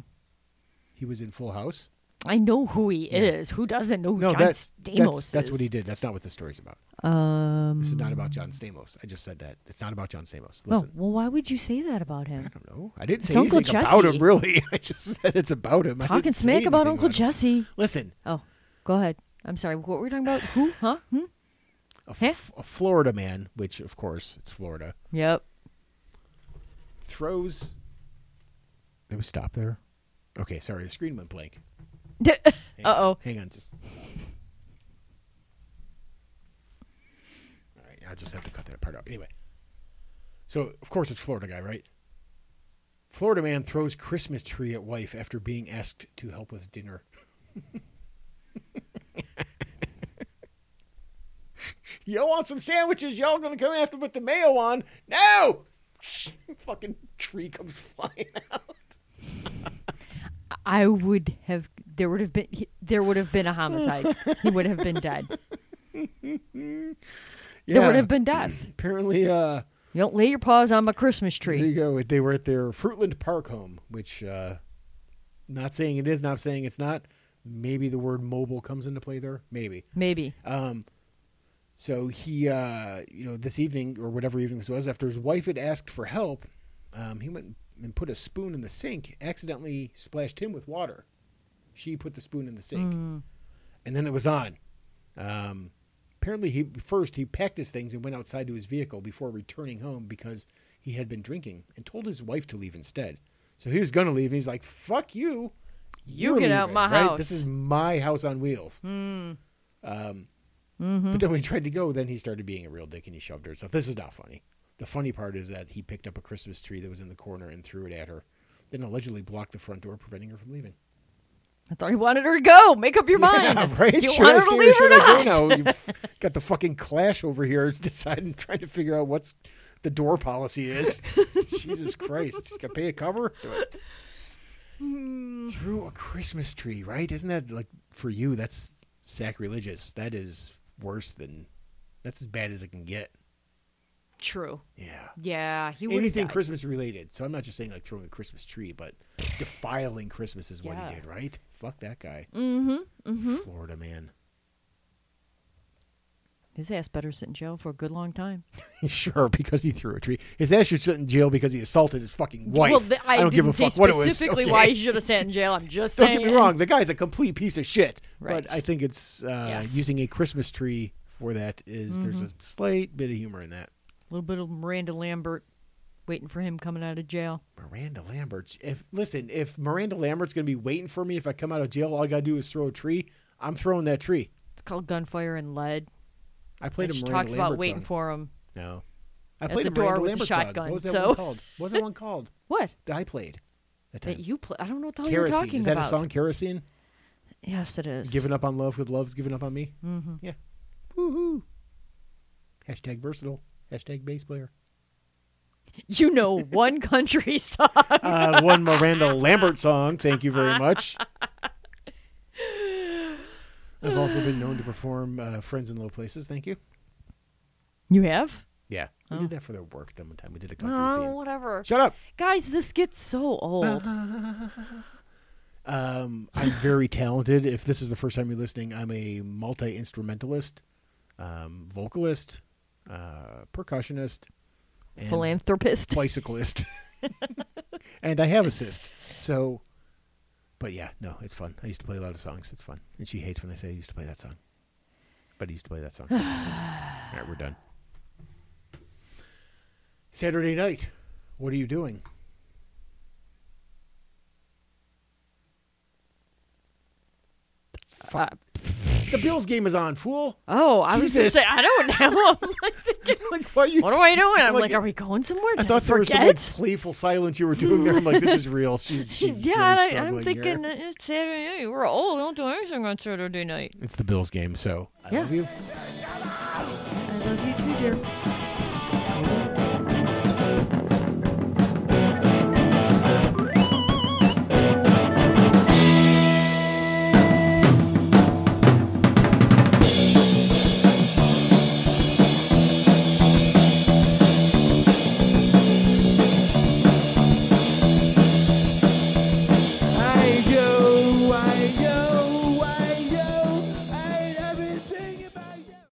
Speaker 2: He was in Full House.
Speaker 3: I know who he is. Who doesn't know who
Speaker 2: No,
Speaker 3: John
Speaker 2: that's,
Speaker 3: Stamos
Speaker 2: that's
Speaker 3: is?
Speaker 2: that's what he did. That's not what the story's about.
Speaker 3: Um,
Speaker 2: This is not about John Stamos. I just said that. It's not about John Stamos.
Speaker 3: well,
Speaker 2: Listen.
Speaker 3: well, why would you say that about him?
Speaker 2: I don't know. I didn't say
Speaker 3: Oh. Uncle
Speaker 2: anything about
Speaker 3: Jesse.
Speaker 2: him really. I just said it's about him. I
Speaker 3: Talking
Speaker 2: didn't say
Speaker 3: smack about
Speaker 2: anything
Speaker 3: Uncle
Speaker 2: him.
Speaker 3: Jesse.
Speaker 2: Listen,
Speaker 3: Oh, go ahead. I'm sorry. What were we talking about? Who? Huh? Hmm?
Speaker 2: a, f-
Speaker 3: Huh?
Speaker 2: a Florida man, which of course it's Florida,
Speaker 3: Yep.
Speaker 2: throws. Did we stop there? Okay, sorry. The screen went blank.
Speaker 3: uh
Speaker 2: Hang on.
Speaker 3: oh.
Speaker 2: Hang on, just. All right, I just have to cut that part out. Anyway, so of course it's Florida guy, right? Florida man throws Christmas tree at wife after being asked to help with dinner. y'all want some sandwiches? Y'all gonna come after with the mayo on? No! Fucking tree comes flying out.
Speaker 3: I would have. There would have been. he- There would have been a homicide. he would have been dead. There would have been death.
Speaker 2: apparently uh
Speaker 3: You don't lay your paws on my Christmas
Speaker 2: There you
Speaker 3: tree.
Speaker 2: go. They were at their Fruitland Park home, which, uh, not saying it is, not saying it's not. Maybe the word mobile comes into play there. Maybe.
Speaker 3: Maybe.
Speaker 2: Um, so he, uh, you know, this evening or whatever evening this was, after his wife had asked for help, um, he went and put a spoon in the sink, accidentally splashed him with water. She put the spoon in the sink, and then it was on. Um, apparently, he first he packed his things and went outside to his vehicle before returning home because he had been drinking and told his wife to leave instead. So he was gonna leave, and he's like, "Fuck you,
Speaker 3: You
Speaker 2: You're
Speaker 3: get out my
Speaker 2: right? This
Speaker 3: house."
Speaker 2: is
Speaker 3: Hmm.
Speaker 2: my house on wheels." Um,
Speaker 3: Mm-hmm.
Speaker 2: But then when he tried to go, then he started being a real dick and he shoved her and stuff. This is not funny. The funny part is that he picked up a Christmas tree that was in the corner and threw it at her, then allegedly blocked the front door, preventing her from leaving.
Speaker 3: I thought he wanted her to go. Make up your mind.
Speaker 2: Yeah, right?
Speaker 3: Do you
Speaker 2: Should I
Speaker 3: want her
Speaker 2: stay
Speaker 3: to leave or
Speaker 2: should I
Speaker 3: not?
Speaker 2: go now? You've got the fucking clash over here deciding, trying to figure out what's the door policy is. Jesus Christ. Got to pay a cover? Do it.
Speaker 3: Hmm.
Speaker 2: Through a Christmas tree, right? Isn't that like for you? That's sacrilegious. That is worse than. That's as bad as it can get.
Speaker 3: True.
Speaker 2: Yeah.
Speaker 3: Yeah. He would.
Speaker 2: Anything Christmas related. So I'm not just saying like throwing a Christmas tree, but defiling Christmas is what
Speaker 3: Yeah.
Speaker 2: he did, right? Fuck that guy.
Speaker 3: Mm-hmm. Mm-hmm.
Speaker 2: Florida man.
Speaker 3: His ass better sit in jail for a good long time.
Speaker 2: sure, because he threw a tree. His ass should sit in jail because he assaulted his fucking wife.
Speaker 3: Well, th- I,
Speaker 2: don't
Speaker 3: didn't
Speaker 2: give a
Speaker 3: say
Speaker 2: fuck what it was.
Speaker 3: specifically
Speaker 2: okay?
Speaker 3: why he should have sat in jail. I'm just
Speaker 2: Don't
Speaker 3: saying.
Speaker 2: get me wrong. The guy's a complete piece of shit.
Speaker 3: Right.
Speaker 2: But I think it's uh,
Speaker 3: Yes. Mm-hmm.
Speaker 2: using a Christmas tree for that is- there's a slight bit of humor in that.
Speaker 3: A little bit of Miranda Lambert waiting for him coming out of jail.
Speaker 2: Miranda Lambert. If listen, if Miranda Lambert's gonna be waiting for me if I come out of jail, all I gotta do is throw a tree. I'm throwing that tree.
Speaker 3: It's called Gunfire and Lead.
Speaker 2: I played a
Speaker 3: which
Speaker 2: Miranda
Speaker 3: talks
Speaker 2: Lambert
Speaker 3: about waiting
Speaker 2: song.
Speaker 3: for him.
Speaker 2: No, I
Speaker 3: At
Speaker 2: played
Speaker 3: the
Speaker 2: a Miranda
Speaker 3: door with the
Speaker 2: Lambert
Speaker 3: shotgun,
Speaker 2: song. What was that
Speaker 3: so-
Speaker 2: one called? What was that one called?
Speaker 3: What?
Speaker 2: That I played. That
Speaker 3: That
Speaker 2: time.
Speaker 3: you play? I don't know what the hell you're
Speaker 2: Kerosene.
Speaker 3: talking
Speaker 2: Is that
Speaker 3: about.
Speaker 2: a song? Kerosene.
Speaker 3: Yes, it is.
Speaker 2: Giving up on love with love's giving up on me.
Speaker 3: Mm-hmm.
Speaker 2: Yeah. Woohoo. Hashtag versatile. Hashtag bass player.
Speaker 3: You know one country song.
Speaker 2: Uh, one Miranda Lambert song. Thank you very much. I've also been known to perform uh, "Friends in Low Places." Thank you.
Speaker 3: You have?
Speaker 2: Yeah, we
Speaker 3: Oh.
Speaker 2: did that for their work. Then one time we did a country
Speaker 3: No,
Speaker 2: theme.
Speaker 3: whatever.
Speaker 2: Shut up.
Speaker 3: Guys, this gets so old.
Speaker 2: Um, I'm very talented. If this is the first time you're listening, I'm a multi instrumentalist, um, vocalist, uh, percussionist, and
Speaker 3: Philanthropist.
Speaker 2: bicyclist, and I have a cyst. So, but yeah, no, it's fun. I used to play a lot of songs. It's fun, and she hates when I say I used to play that song, but I used to play that song. All right, we're done. Saturday night. What are you doing?
Speaker 3: Uh,
Speaker 2: The Bills game is on, fool.
Speaker 3: oh, I was going to
Speaker 2: Jesus.
Speaker 3: say, I don't know. I'm like,
Speaker 2: Like, why are you?
Speaker 3: what am I doing? I'm
Speaker 2: Like,
Speaker 3: like, are we going somewhere?
Speaker 2: I
Speaker 3: Did
Speaker 2: thought there was
Speaker 3: forget?
Speaker 2: some like, playful silence you were doing there. I'm like, this is real. She's, she's
Speaker 3: yeah,
Speaker 2: really
Speaker 3: I, I'm
Speaker 2: struggling here.
Speaker 3: thinking that it's Saturday night. We're old. We don't do anything on Saturday night.
Speaker 2: it's the Bills game, so I
Speaker 3: Yeah.
Speaker 2: love you.
Speaker 3: I love you too, dear.